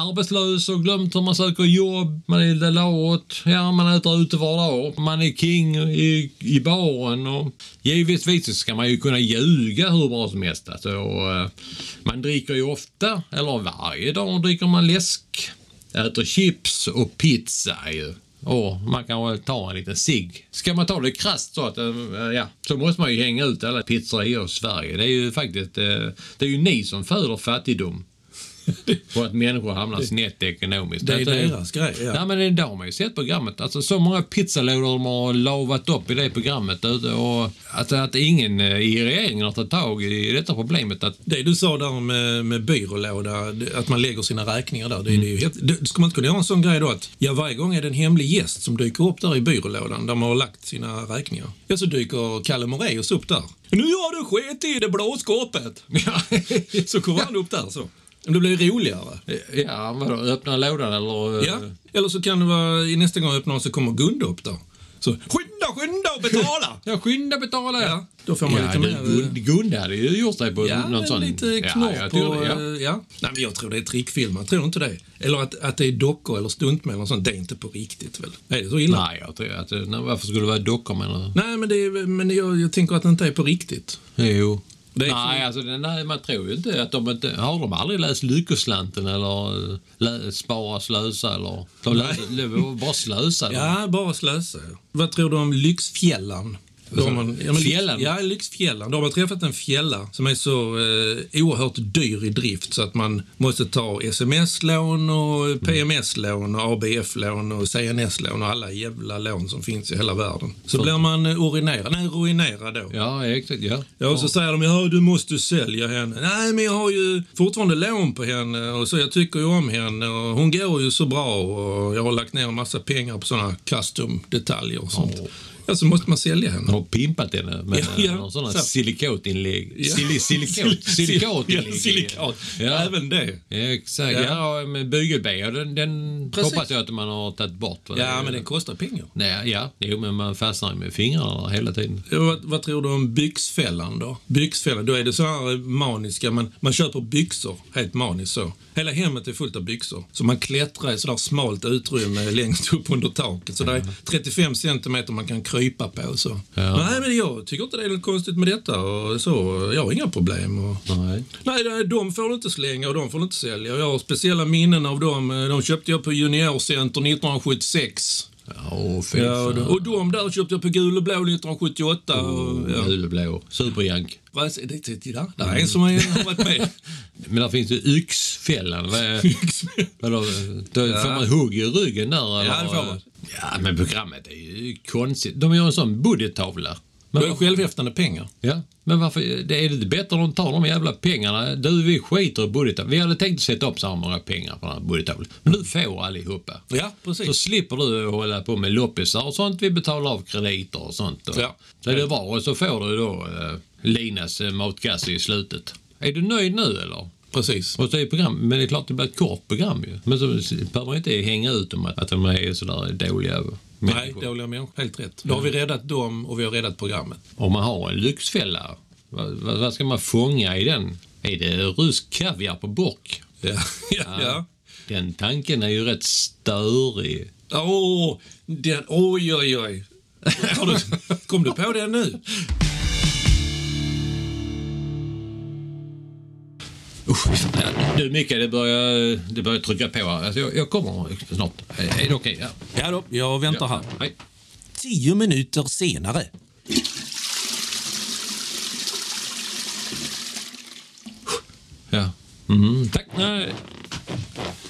Speaker 1: arbetslös och glömt hur man söker jobb. Man är lite lat. Ja, man äter ute varje dag. Man är king i, i baren och givetvis så ska man ju kunna ljuga hur bra som helst. Alltså, och, eh, man dricker ju ofta, eller varje dag dricker man läsk, äter chips och pizza ju. Och man kan väl ta en liten cigg. Ska man ta det krasst så att, eh, ja, så måste man ju hänga ut alla pizzerior i Sverige. Det är ju faktiskt, eh, det är ju ni som föder
Speaker 2: <laughs>
Speaker 1: fattigdom. Och att människor hamnar snett ekonomiskt.
Speaker 2: Det är
Speaker 1: Att, eh,
Speaker 2: deras grej, ja.
Speaker 1: Nej men det, det har man ju sett på programmet. Alltså så många pizzalådor de har lavat upp i det programmet. Och att, att ingen eh, i regeringen har tagit tag i detta problemet. Att
Speaker 2: Det du sa där med, med byrålåda, det- att man lägger sina räkningar där. Det, det är ju helt, det, ska man inte kunna göra en sån grej då att ja, varje gång är det en hemlig gäst som dyker upp där i byrålådan där man har lagt sina räkningar. Ja, så dyker Kalle Moraeus upp där. Nu har du skit i det blå skåpet!
Speaker 1: Ja,
Speaker 2: <laughs> Så kommer han upp där så. Men Det blir ju roligare.
Speaker 1: eh, ja vadå, öppna lådan eller? eh,
Speaker 2: Ja, eller så kan det vara i nästa gång jag öppnar så kommer Gunde upp där. Så skynda, skynda och betala!
Speaker 1: Ja, skynda betala
Speaker 2: ja, då får man
Speaker 1: Ja,
Speaker 2: lite
Speaker 1: du,
Speaker 2: mer... eh,
Speaker 1: Gun- Gunde hade ju gjort dig på
Speaker 2: Ja,
Speaker 1: någon
Speaker 2: men
Speaker 1: sån...
Speaker 2: lite knorr
Speaker 1: jag
Speaker 2: på... eh,
Speaker 1: tror det,
Speaker 2: Ja. Ja. Nej, men jag tror det är trickfilmer. Tror du inte det? Eller att, att det är dockor eller stuntmän eller sånt. Det är inte på riktigt väl? Är det så illa?
Speaker 1: Nej, jag tror att... eh, Nej, varför skulle det vara dockor menar
Speaker 2: Nej, men, det är, men jag, jag tänker att det inte är på riktigt.
Speaker 1: du? Jo.
Speaker 2: Det är
Speaker 1: nej, alltså, det- nej, man tror ju inte att de inte... Har de aldrig läst Lyckoslanten eller eh, lä, Spara slösa eller... De läste, det var bara
Speaker 2: <laughs>
Speaker 1: slösa.
Speaker 2: Ja, bara slösa. Vad tror du om Lyxfjällan? Då har man, ja, men,
Speaker 1: Fjällan?
Speaker 2: Ja, Lyxfjällan. Då har man träffat en fjälla som är så eh, oerhört dyr i drift så att man måste ta sms-lån och PMS-lån och ABF-lån och CNS-lån och alla jävla lån som finns i hela världen. Så blir man eh, orinerad. Nej, ruinerad då.
Speaker 1: Ja, exakt. Ja.
Speaker 2: Ja, och så säger de ja, du måste sälja henne. Nej, men jag har ju fortfarande lån på henne och så jag tycker ju om henne och hon går ju så bra och jag har lagt ner en massa pengar på sådana custom-detaljer och sånt. Ja, så måste man sälja henne.
Speaker 1: De har pimpat henne med
Speaker 2: Ja, ja.
Speaker 1: någon sån här
Speaker 2: Så.
Speaker 1: silikotinlägg.
Speaker 2: Ja.
Speaker 1: Sili, silikot, silikotinlägg.
Speaker 2: Ja, silikat.
Speaker 1: Ja.
Speaker 2: Även det.
Speaker 1: Exakt.
Speaker 2: Ja.
Speaker 1: Ja, men Bygelby, den, den
Speaker 2: Precis.
Speaker 1: hoppas jag att man har tagit bort. va?
Speaker 2: Ja, men den kostar pengar.
Speaker 1: Nej, ja, jo, men man fastnar ju med fingrarna hela tiden.
Speaker 2: Ja, Vad, vad tror du om byxfällan då? Byxfällan, då är det så här maniska, man, man köper byxor helt maniskt så. Hela hemmet är fullt av byxor. Så man klättrar i sådär smalt utrymme längst upp under taket. Så det är 35 centimeter man kan krypa på så.
Speaker 1: Ja.
Speaker 2: Nej men jag tycker inte det är något konstigt med detta och så. Jag har inga problem. Och...
Speaker 1: Nej.
Speaker 2: Nej, det- de får du inte slänga och de får du inte sälja. Jag har speciella minnen av dem. De köpte jag på Juniorcenter 1976.
Speaker 1: Ja, åh, fy
Speaker 2: Ja, och,
Speaker 1: fan.
Speaker 2: de, och de där köpte jag på gul och blå 1978. Och, ja.
Speaker 1: Gul och blå. Superjank.
Speaker 2: Vad är det? Titta, där är en som har varit <laughs> med.
Speaker 1: Men där finns ju yxfällan. Vad är- Vadå? Då får man hugg i ryggen där? Eller?
Speaker 2: det får man.
Speaker 1: Ja, men programmet är ju konstigt. De gör en sån budgettavla.
Speaker 2: Då
Speaker 1: Men,
Speaker 2: är självhäftande pengar.
Speaker 1: ja, men varför? Det är det inte bättre att de tar de jävla pengarna? Du, vi skiter i budgettavlan. Vi hade tänkt sätta upp så här många pengar på den här budgettavlan. Men du får allihopa.
Speaker 2: Ja,
Speaker 1: Så
Speaker 2: precis.
Speaker 1: slipper du hålla på med loppisar och sånt. Vi betalar av krediter och sånt. Då.
Speaker 2: Ja.
Speaker 1: Så det är bra. Och så får du då eh, Linas eh, matkasse i slutet. Är du nöjd nu eller?
Speaker 2: Precis.
Speaker 1: Och så är program, men det är klart det blir ett kort program ju. Men så behöver man inte hänga ut dem att, att de är sådär dåliga
Speaker 2: Nej,
Speaker 1: människor.
Speaker 2: dåliga människor. Mm. Helt rätt. Då har vi räddat dem och vi har räddat programmet.
Speaker 1: Om man har en lyxfälla, vad, vad, vad ska man fånga i den? Är det rysk kaviar på bock?
Speaker 2: Ja. <laughs> ja. ja.
Speaker 1: Den tanken är ju rätt störig.
Speaker 2: Åh, den, oj, oj, oj. Har du- Kom du på den nu?
Speaker 1: Du Micke, det börjar, Eh, det börjar trycka på här. Alltså, jag, jag kommer snart. Är det okej? Ja.
Speaker 2: Ja då, jag väntar här.
Speaker 1: Hej.
Speaker 2: Tio minuter senare.
Speaker 1: Ja. Mm,
Speaker 2: Mhm.
Speaker 1: tack. Nej.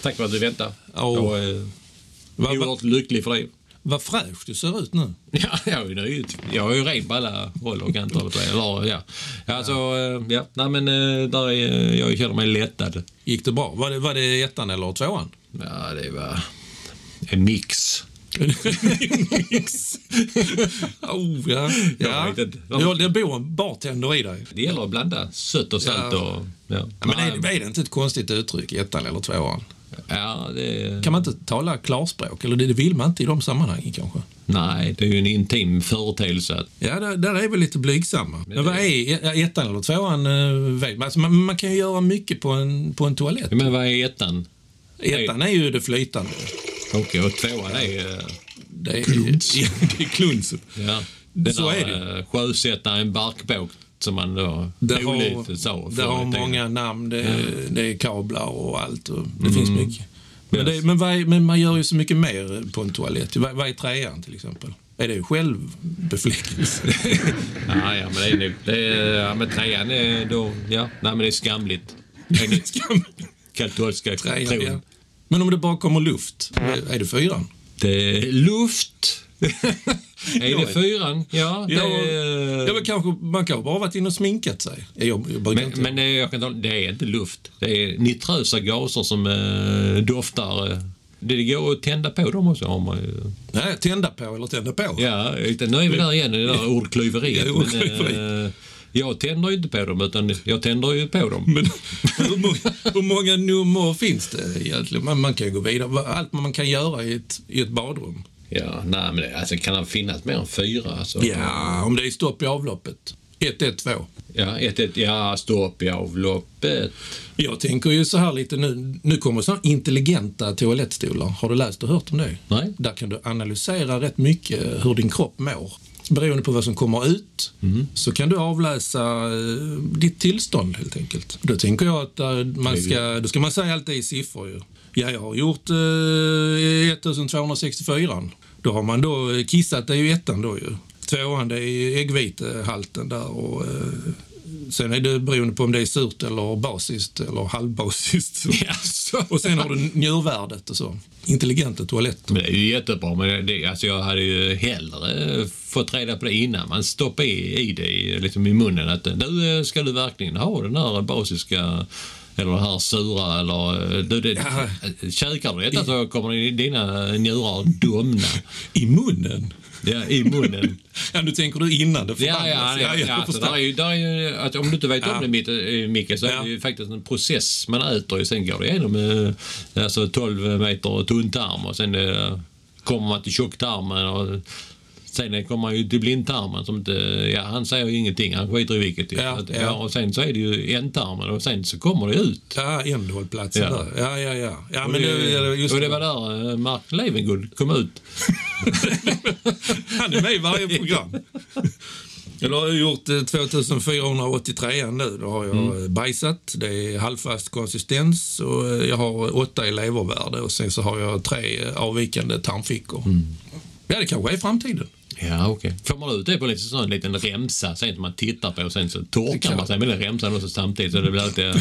Speaker 1: Tack för att du väntade.
Speaker 2: Åh.
Speaker 1: Jag är
Speaker 2: Vad- vad-
Speaker 1: oerhört lycklig för dig.
Speaker 2: eh, vad fräscht du ser ut nu.
Speaker 1: Ja, jag är nöjd. Jag är ju ren på alla håll och kanter. eller så. Eller, ja. Ja, alltså, eh, ja. Nej, men eh, där är, jag känner mig lättad.
Speaker 2: Gick det bra? Var det, var det ettan
Speaker 1: <laughs>
Speaker 2: eller tvåan?
Speaker 1: Ja, det var en mix.
Speaker 2: <laughs> oh, ja. ja.
Speaker 1: Jag vet inte.
Speaker 2: ja det bor en bartender i dig.
Speaker 1: Det gäller att blanda sött och salt. Och, ja.
Speaker 2: Ja, men är, är det inte ett konstigt uttryck, ettan eller tvåan?
Speaker 1: ja, det,
Speaker 2: Kan man inte tala klarspråk? Eller det det vill man inte i de sammanhangen kanske?
Speaker 1: nej, det är ju en intim företeelse. att-
Speaker 2: Ja, där, där är vi lite blygsamma. Men vad är e- ettan eller tvåan? eh, vet man. Alltså, man, man kan ju göra mycket på en, på en toalett.
Speaker 1: Men vad är ettan?
Speaker 2: Ettan är ju det flytande.
Speaker 1: Okej, och tvåan är... eh,
Speaker 2: Det är,
Speaker 1: <laughs>
Speaker 2: Kluns. Ja, det är klunset.
Speaker 1: Ja, den
Speaker 2: Så
Speaker 1: där,
Speaker 2: är det.
Speaker 1: eh, Sjösättaren, barkbåt, som man då
Speaker 2: Det har,
Speaker 1: roligt sa.
Speaker 2: det
Speaker 1: förr i
Speaker 2: har
Speaker 1: tiden.
Speaker 2: många namn, det, är- det är kablar och allt. Och det finns mycket. Men, det,
Speaker 1: Mm. Yes.
Speaker 2: men, vad är, men man gör ju så mycket mer på en toalett. Vad, vad är trean till exempel? Är
Speaker 1: <laughs>
Speaker 2: det självbefläckelse?
Speaker 1: Ja, ja, men det är nog... Det är, ja, men trean är då... Ja, nej, men det är
Speaker 2: <laughs>
Speaker 1: skamligt. Enligt katolska
Speaker 2: trean, ja.
Speaker 1: tron.
Speaker 2: Men om det bara kommer luft, är det fyran?
Speaker 1: Det är
Speaker 2: <laughs>
Speaker 1: luft. är
Speaker 2: Jag
Speaker 1: det
Speaker 2: vet.
Speaker 1: fyran? Ja, det
Speaker 2: Ja,
Speaker 1: är...
Speaker 2: ja, men kanske, man kanske bara varit inne och sminkat sig. Jag, jag brukar
Speaker 1: Men,
Speaker 2: inte.
Speaker 1: men det, är- jag kan tala, det är inte luft. Det är nitrösa gaser som eh, doftar. eh. Det går att tända på dem också. Har man ju.
Speaker 2: Nej, tända på eller tända på.
Speaker 1: Ja, utan nu är vi där igen i det där ordklyveriet.
Speaker 2: Ja, ordklyveri.
Speaker 1: Men, eh, jag tänder ju inte på dem, utan jag tänder ju på dem.
Speaker 2: Men <laughs> hur, många, hur många nummer finns det egentligen? Man, man kan ju gå vidare. Va- Allt man kan göra i ett, i ett badrum.
Speaker 1: Ja, nej, men det, alltså, kan det finnas mer än fyra? Alltså?
Speaker 2: Ja, om det är stopp i avloppet. 112.
Speaker 1: Ja, ett, ett, ja, stopp i avloppet.
Speaker 2: Jag tänker ju så här lite nu. Nu kommer sådana intelligenta toalettstolar. Har du läst och hört om det?
Speaker 1: Nej.
Speaker 2: Där kan du analysera rätt mycket hur din kropp mår. Beroende på vad som kommer ut så kan du avläsa eh, ditt tillstånd helt enkelt. Då tänker jag att eh, man ska, då ska man säga allt det i siffror ju. Ja, jag har gjort eh, 1264. Då har man då eh, kissat, det är ju ettan då ju. Tvåan, det är ju äggvitehalten där och eh, sen är det beroende på om det är surt eller basiskt eller
Speaker 1: <laughs>
Speaker 2: halvbasiskt. Så.
Speaker 1: Jaså?
Speaker 2: Och sen har du njurvärdet och så. Intelligenta toaletter.
Speaker 1: Men det är ju jättebra, men det, alltså jag hade ju hellre fått reda på det innan man stoppar i, i det i- liksom i munnen. Att du, eh, ska du verkligen ha den här basiska eller den här sura eller... eh, Du, det,
Speaker 2: Ja.
Speaker 1: Käkar du detta så kommer dina njurar domna
Speaker 2: I munnen?
Speaker 1: ja, i munnen.
Speaker 2: Ja, nu tänker du innan det
Speaker 1: Ja,
Speaker 2: förvandlas.
Speaker 1: ja, ja,
Speaker 2: jag
Speaker 1: ja, alltså,
Speaker 2: förstår.
Speaker 1: där är ju, där är ju, att om du inte vet
Speaker 2: Ja.
Speaker 1: om det mitt, eh, Micke så är
Speaker 2: Ja.
Speaker 1: det ju faktiskt en process man äter ju. Sen går det igenom eh, alltså 12 meter tunntarm och sen eh, kommer man till tjocktarmen och sen kommer man ju till blindtarmen som inte, ja han säger ju ingenting, han skiter i vilket. ju.
Speaker 2: Ja,
Speaker 1: Att-
Speaker 2: ja.
Speaker 1: ja, och sen så är det ju ändtarmen och sen så kommer det ut.
Speaker 2: Ja, ändhållplatsen
Speaker 1: Ja.
Speaker 2: där. Ja, ja, ja. ja
Speaker 1: Och
Speaker 2: men det, ja, just
Speaker 1: och det var där eh, Mark Levengood kom ut.
Speaker 2: Han är med
Speaker 1: <laughs>
Speaker 2: i varje program. Jag har ju gjort eh, 2483 nu. Då har jag mm. bajsat, det är halvfast konsistens och eh, jag har åtta i levervärde och sen så har jag tre eh, avvikande tarmfickor.
Speaker 1: Mm.
Speaker 2: Ja, det kanske är framtiden. <laughs>
Speaker 1: Ja, okej. Får man ut det på lite sån liten remsa sen som man tittar på och sen så torkar man sig med den remsan också samtidigt så det blir
Speaker 2: <laughs>
Speaker 1: lite...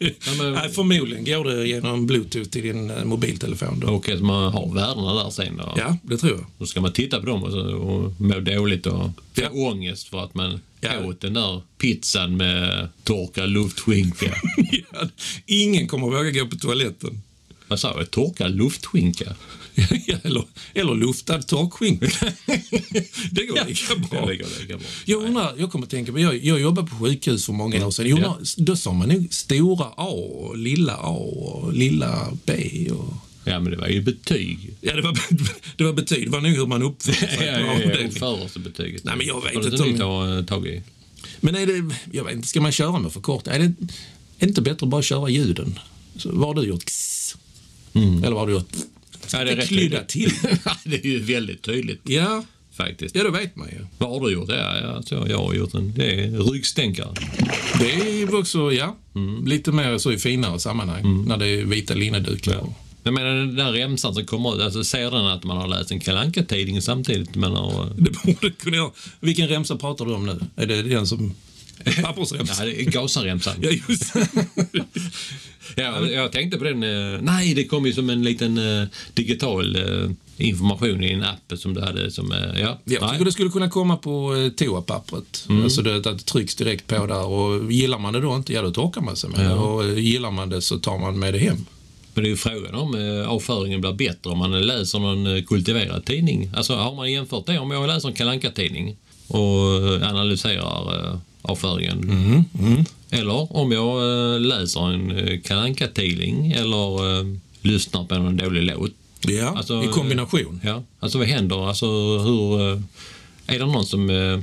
Speaker 1: Ja, men-
Speaker 2: Nej, förmodligen går det genom bluetooth till din eh, mobiltelefon då.
Speaker 1: Och att man har värdena där sen då.
Speaker 2: Ja, det tror jag.
Speaker 1: Då ska man titta på dem och, så, och må dåligt och få
Speaker 2: Ja.
Speaker 1: ångest för att man
Speaker 2: Ja.
Speaker 1: åt den där pizzan med torkad
Speaker 2: <laughs>
Speaker 1: luftskinka.
Speaker 2: Ja, Ingen kommer våga gå på toaletten. <laughs>
Speaker 1: Vad sa jag? Torkad luftskinka?
Speaker 2: eller, eller luftad torrskinka. <laughs> det går lika bra.
Speaker 1: Ja, det går lika bra.
Speaker 2: Jag undrar, jag kommer att tänka på, jag, jag jobbade på sjukhus för många år sedan. Jag undrar, Då sa man nog stora A och lilla A och lilla B. Och...
Speaker 1: Ja, men det var ju betyg.
Speaker 2: Ja, det var, <laughs> det var betyg. Det var nog hur man
Speaker 1: <laughs>
Speaker 2: uppför sig. på en avdelning.
Speaker 1: Uppförelsebetyget.
Speaker 2: Nej, men jag vet
Speaker 1: Har du
Speaker 2: inte om-
Speaker 1: inte ta eh, tag i?
Speaker 2: Men är det, jag vet inte, ska man köra med förkortning? Är det, är det inte bättre att bara köra ljuden? Så, vad har du gjort? Eller vad har du gjort?
Speaker 1: Mm. Ja,
Speaker 2: inte klydda
Speaker 1: <laughs>
Speaker 2: till.
Speaker 1: det är ju väldigt tydligt
Speaker 2: Ja,
Speaker 1: faktiskt.
Speaker 2: ja, det vet man ju.
Speaker 1: Vad har du gjort? Ja, ja, så jag har gjort en. Det är ryggstänkare.
Speaker 2: Det är också, ja, lite mer så i finare sammanhang. När det är vita linnedukar.
Speaker 1: Jag menar den där remsan som kommer ut, alltså ser den att man har läst en Kalle Anka-tidning samtidigt man har...
Speaker 2: Det borde kunna jag. Vilken remsa pratar du om nu? Är det den som Pappersremsa.
Speaker 1: Ja, det är Gazaremsan.
Speaker 2: Ja, just det.
Speaker 1: Ja, jag tänkte på den. eh, Nej, det kom ju som en liten eh, digital eh, information i en app som du hade som... eh, Ja,
Speaker 2: Jag
Speaker 1: nej.
Speaker 2: tycker det skulle kunna komma på eh, toapappret. Alltså det, att det trycks direkt på där och gillar man det då inte, ja då torkar man sig med det. Och eh, gillar man det så tar man med det hem.
Speaker 1: Men det är ju frågan om eh, avföringen blir bättre om man läser någon eh, kultiverad tidning. Alltså har man jämfört det om jag läser en kalanka tidning och eh, analyserar eh, avföringen. Eller om jag eh, läser en kalanka tidning eller eh, lyssnar på någon dålig låt.
Speaker 2: Ja,
Speaker 1: Alltså,
Speaker 2: i kombination.
Speaker 1: Ja, alltså vad händer? Alltså hur... eh, Är det någon som... eh,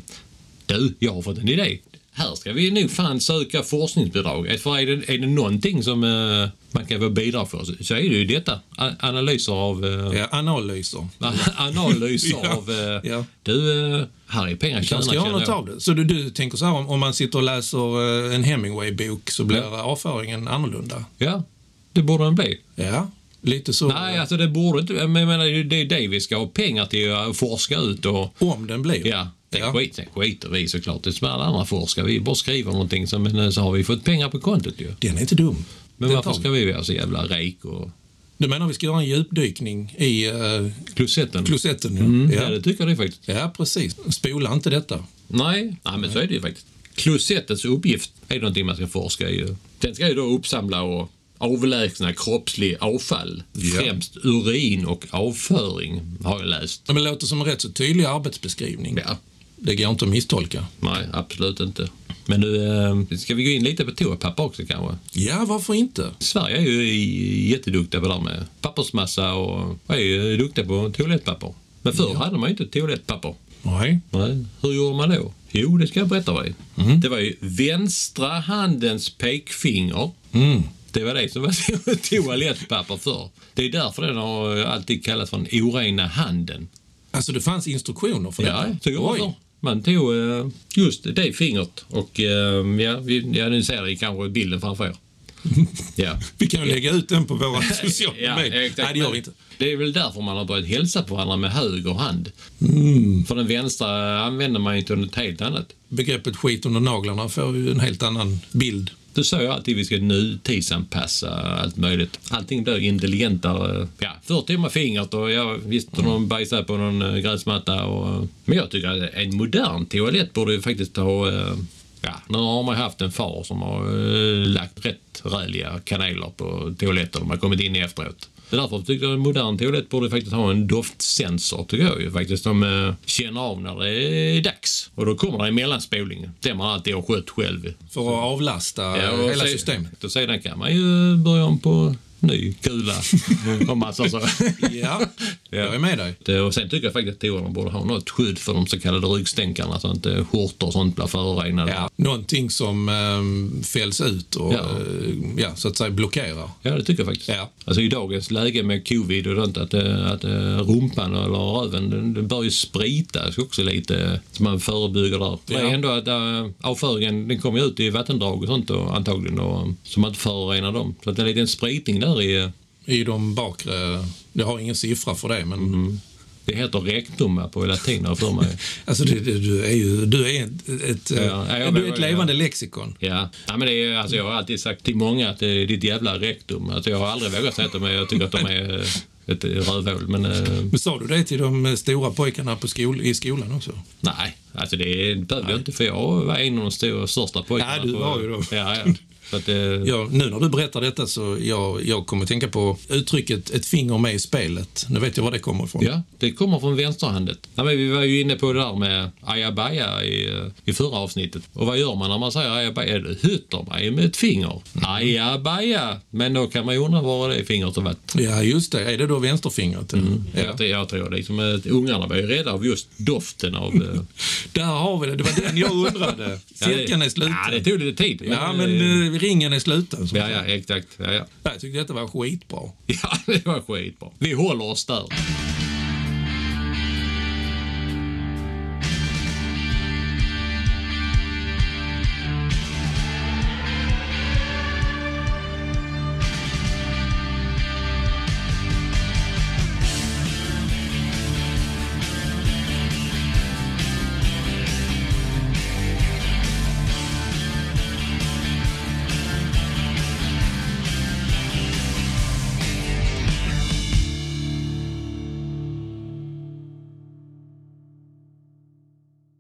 Speaker 1: Du, jag har fått en idé. Här ska vi nog fan söka forskningsbidrag. För är det, är det någonting som eh, man kan få bidrag för så- så är det ju detta. A- Analyser av... eh,
Speaker 2: Ja, analyser.
Speaker 1: <laughs> Analyser
Speaker 2: <laughs> Ja,
Speaker 1: av... eh,
Speaker 2: ja.
Speaker 1: Du, eh, här är pengar
Speaker 2: Kanske ska
Speaker 1: tjäna,
Speaker 2: göra något
Speaker 1: känner jag.
Speaker 2: av det. Så du, du tänker så här, om, om man sitter och läser eh, en Hemingway-bok så blir avföringen annorlunda?
Speaker 1: Ja, det borde den bli.
Speaker 2: Ja, lite så.
Speaker 1: Nej, alltså det borde inte... Men jag menar, det är ju det vi ska ha pengar till att forska ut och...
Speaker 2: Om den blir.
Speaker 1: Ja, det
Speaker 2: Ja.
Speaker 1: Skit, sen skiter vi såklart. Det som alla andra forskare. Vi bara skriver någonting så, men eh, så har vi fått pengar på kontot ju.
Speaker 2: Den är inte dum.
Speaker 1: Men
Speaker 2: Den
Speaker 1: varför
Speaker 2: tar vi.
Speaker 1: ska vi vara så jävla rik och...
Speaker 2: Du menar vi ska göra en djupdykning i uh,
Speaker 1: Klosetten?
Speaker 2: klosetten? ja.
Speaker 1: Mm, ja.
Speaker 2: ja.
Speaker 1: det tycker jag faktiskt.
Speaker 2: ja, precis. Spola inte detta.
Speaker 1: Nej, nej men så är det ju faktiskt. Klosettets uppgift är någonting man ska forska i. ju. Den ska ju då uppsamla och avlägsna kroppslig avfall.
Speaker 2: Ja.
Speaker 1: Främst urin och avföring, har jag läst.
Speaker 2: Ja, Men det låter som en rätt så tydlig arbetsbeskrivning.
Speaker 1: Ja,
Speaker 2: Det går inte att misstolka.
Speaker 1: nej, absolut inte. Men nu eh, ska vi gå in lite på toapapper också kanske.
Speaker 2: Ja, varför inte?
Speaker 1: Sverige är ju jätteduktiga på det där med pappersmassa och är ju duktiga på toalettpapper. Men förr hade man ju inte toalettpapper.
Speaker 2: Nej.
Speaker 1: Nej. Mhm. Hur gjorde man då? Jo, det ska jag berätta för dig. Det var ju vänstra handens pekfinger. Det var det som var <laughs> toalettpapper förr. Det är därför den har alltid kallats för den orena handen.
Speaker 2: Alltså det fanns instruktioner för
Speaker 1: Ja,
Speaker 2: detta?
Speaker 1: så gjorde man
Speaker 2: Oj.
Speaker 1: förr. Man tog eh, just det fingret och eh, ja, vi, ja, nu ser ni kanske bilden framför <laughs> er. Ja.
Speaker 2: Vi kan ju lägga ut den
Speaker 1: <laughs>
Speaker 2: på våra <laughs> sociala medier.
Speaker 1: exakt.
Speaker 2: Nej, det gör vi inte.
Speaker 1: Det är väl därför man har börjat hälsa på varandra med höger hand.
Speaker 2: Mm.
Speaker 1: För den vänstra använder man ju till något helt annat.
Speaker 2: Begreppet skit under naglarna får ju en helt annan bild.
Speaker 1: Du sa ju alltid att vi ska nutidsanpassa allt möjligt. Allting blir intelligentare. Ja, förr tog man fingret och ja, visst mm. de bajsade på någon eh, gräsmatta. Och, men jag tycker att en modern toalett borde ju faktiskt ha... eh, Ja, nu har man haft en far som har eh, lagt rätt räliga kaneler på toaletter de har kommit in i efteråt. Det är därför jag tycker att en modern toalett borde faktiskt ha en doftsensor tycker jag ju faktiskt. De eh, känner av när det är dags. Och då kommer det en mellanspolning. Det man alltid har skött själv.
Speaker 2: För att avlasta
Speaker 1: Ja, och
Speaker 2: Eh, hela
Speaker 1: se-
Speaker 2: systemet.
Speaker 1: Och sedan kan man ju börja om på ny
Speaker 2: <laughs>
Speaker 1: kula om man säger så. <laughs>
Speaker 2: Ja, jag är med dig.
Speaker 1: Det- Och sen tycker jag faktiskt att toorna borde ha något skydd för de så kallade ryggstänkarna så att inte skjortor och sånt blir förorenade.
Speaker 2: Ja. Någonting som eh, fälls ut och
Speaker 1: Ja.
Speaker 2: eh, ja, så att säga blockerar.
Speaker 1: Ja, det tycker jag faktiskt.
Speaker 2: Ja.
Speaker 1: Alltså i dagens läge med covid och sånt att, eh, att eh, rumpan eller röven den, den bör ju spritas också lite så man förebygger där. Det är
Speaker 2: Ja.
Speaker 1: ändå att äh, avföringen den kommer ju ut i vattendrag och sånt och, antagligen och, så man inte förorenar dem. Så att det är en liten spritning där i eh,
Speaker 2: I de bakre... Jag har ingen siffra för det, men
Speaker 1: Mhm. Det heter rektumma på latin har jag för mig.
Speaker 2: alltså, det, det, du är ju du är ett, ett, eh,
Speaker 1: Ja, jag
Speaker 2: du är
Speaker 1: vet-
Speaker 2: ett levande lexikon.
Speaker 1: Ja. ja, men det är, alltså, jag har alltid sagt till många att det är ditt jävla rektum. Alltså, jag har aldrig vågat säga det, men jag tycker att de är eh, ett rövhål. Men eh,
Speaker 2: Men sa du det till de eh, stora pojkarna på skol, i skolan också?
Speaker 1: nej, alltså det behöver jag inte för jag var en av de stora, största pojkarna.
Speaker 2: Ja, du
Speaker 1: på-
Speaker 2: var ju då.
Speaker 1: Ja, ja. Så att, eh,
Speaker 2: Ja, nu när du berättar detta så jag, jag kommer tänka på uttrycket ett finger med i spelet. Nu vet jag var det kommer ifrån.
Speaker 1: ja, det kommer från vänsterhandet. Nej, men vi var ju inne på det där med ajabaja i, eh, i förra avsnittet. Och vad gör man när man säger ajabaja? Det Hytter man ju med ett finger.
Speaker 2: Mm.
Speaker 1: Ajabaja! Men då kan man ju undra var det fingret har varit.
Speaker 2: Ja, just det. Är det då vänsterfingret? Mm. Ja.
Speaker 1: Jag tror- Jag tror liksom att ungarna var ju rädda av just doften av... eh,
Speaker 2: Där har vi det. Det var den jag undrade.
Speaker 1: ja, det-
Speaker 2: <laughs> Cirkeln är sluten.
Speaker 1: Ja, det tog lite tid.
Speaker 2: Ja,
Speaker 1: eh,
Speaker 2: men eh, ringen är sluten. som
Speaker 1: Ja,
Speaker 2: sagt.
Speaker 1: ja, <laughs> exakt. Ja, ja.
Speaker 2: Jag tyckte detta var skitbra.
Speaker 1: ja, det var skitbra. Vi håller oss där.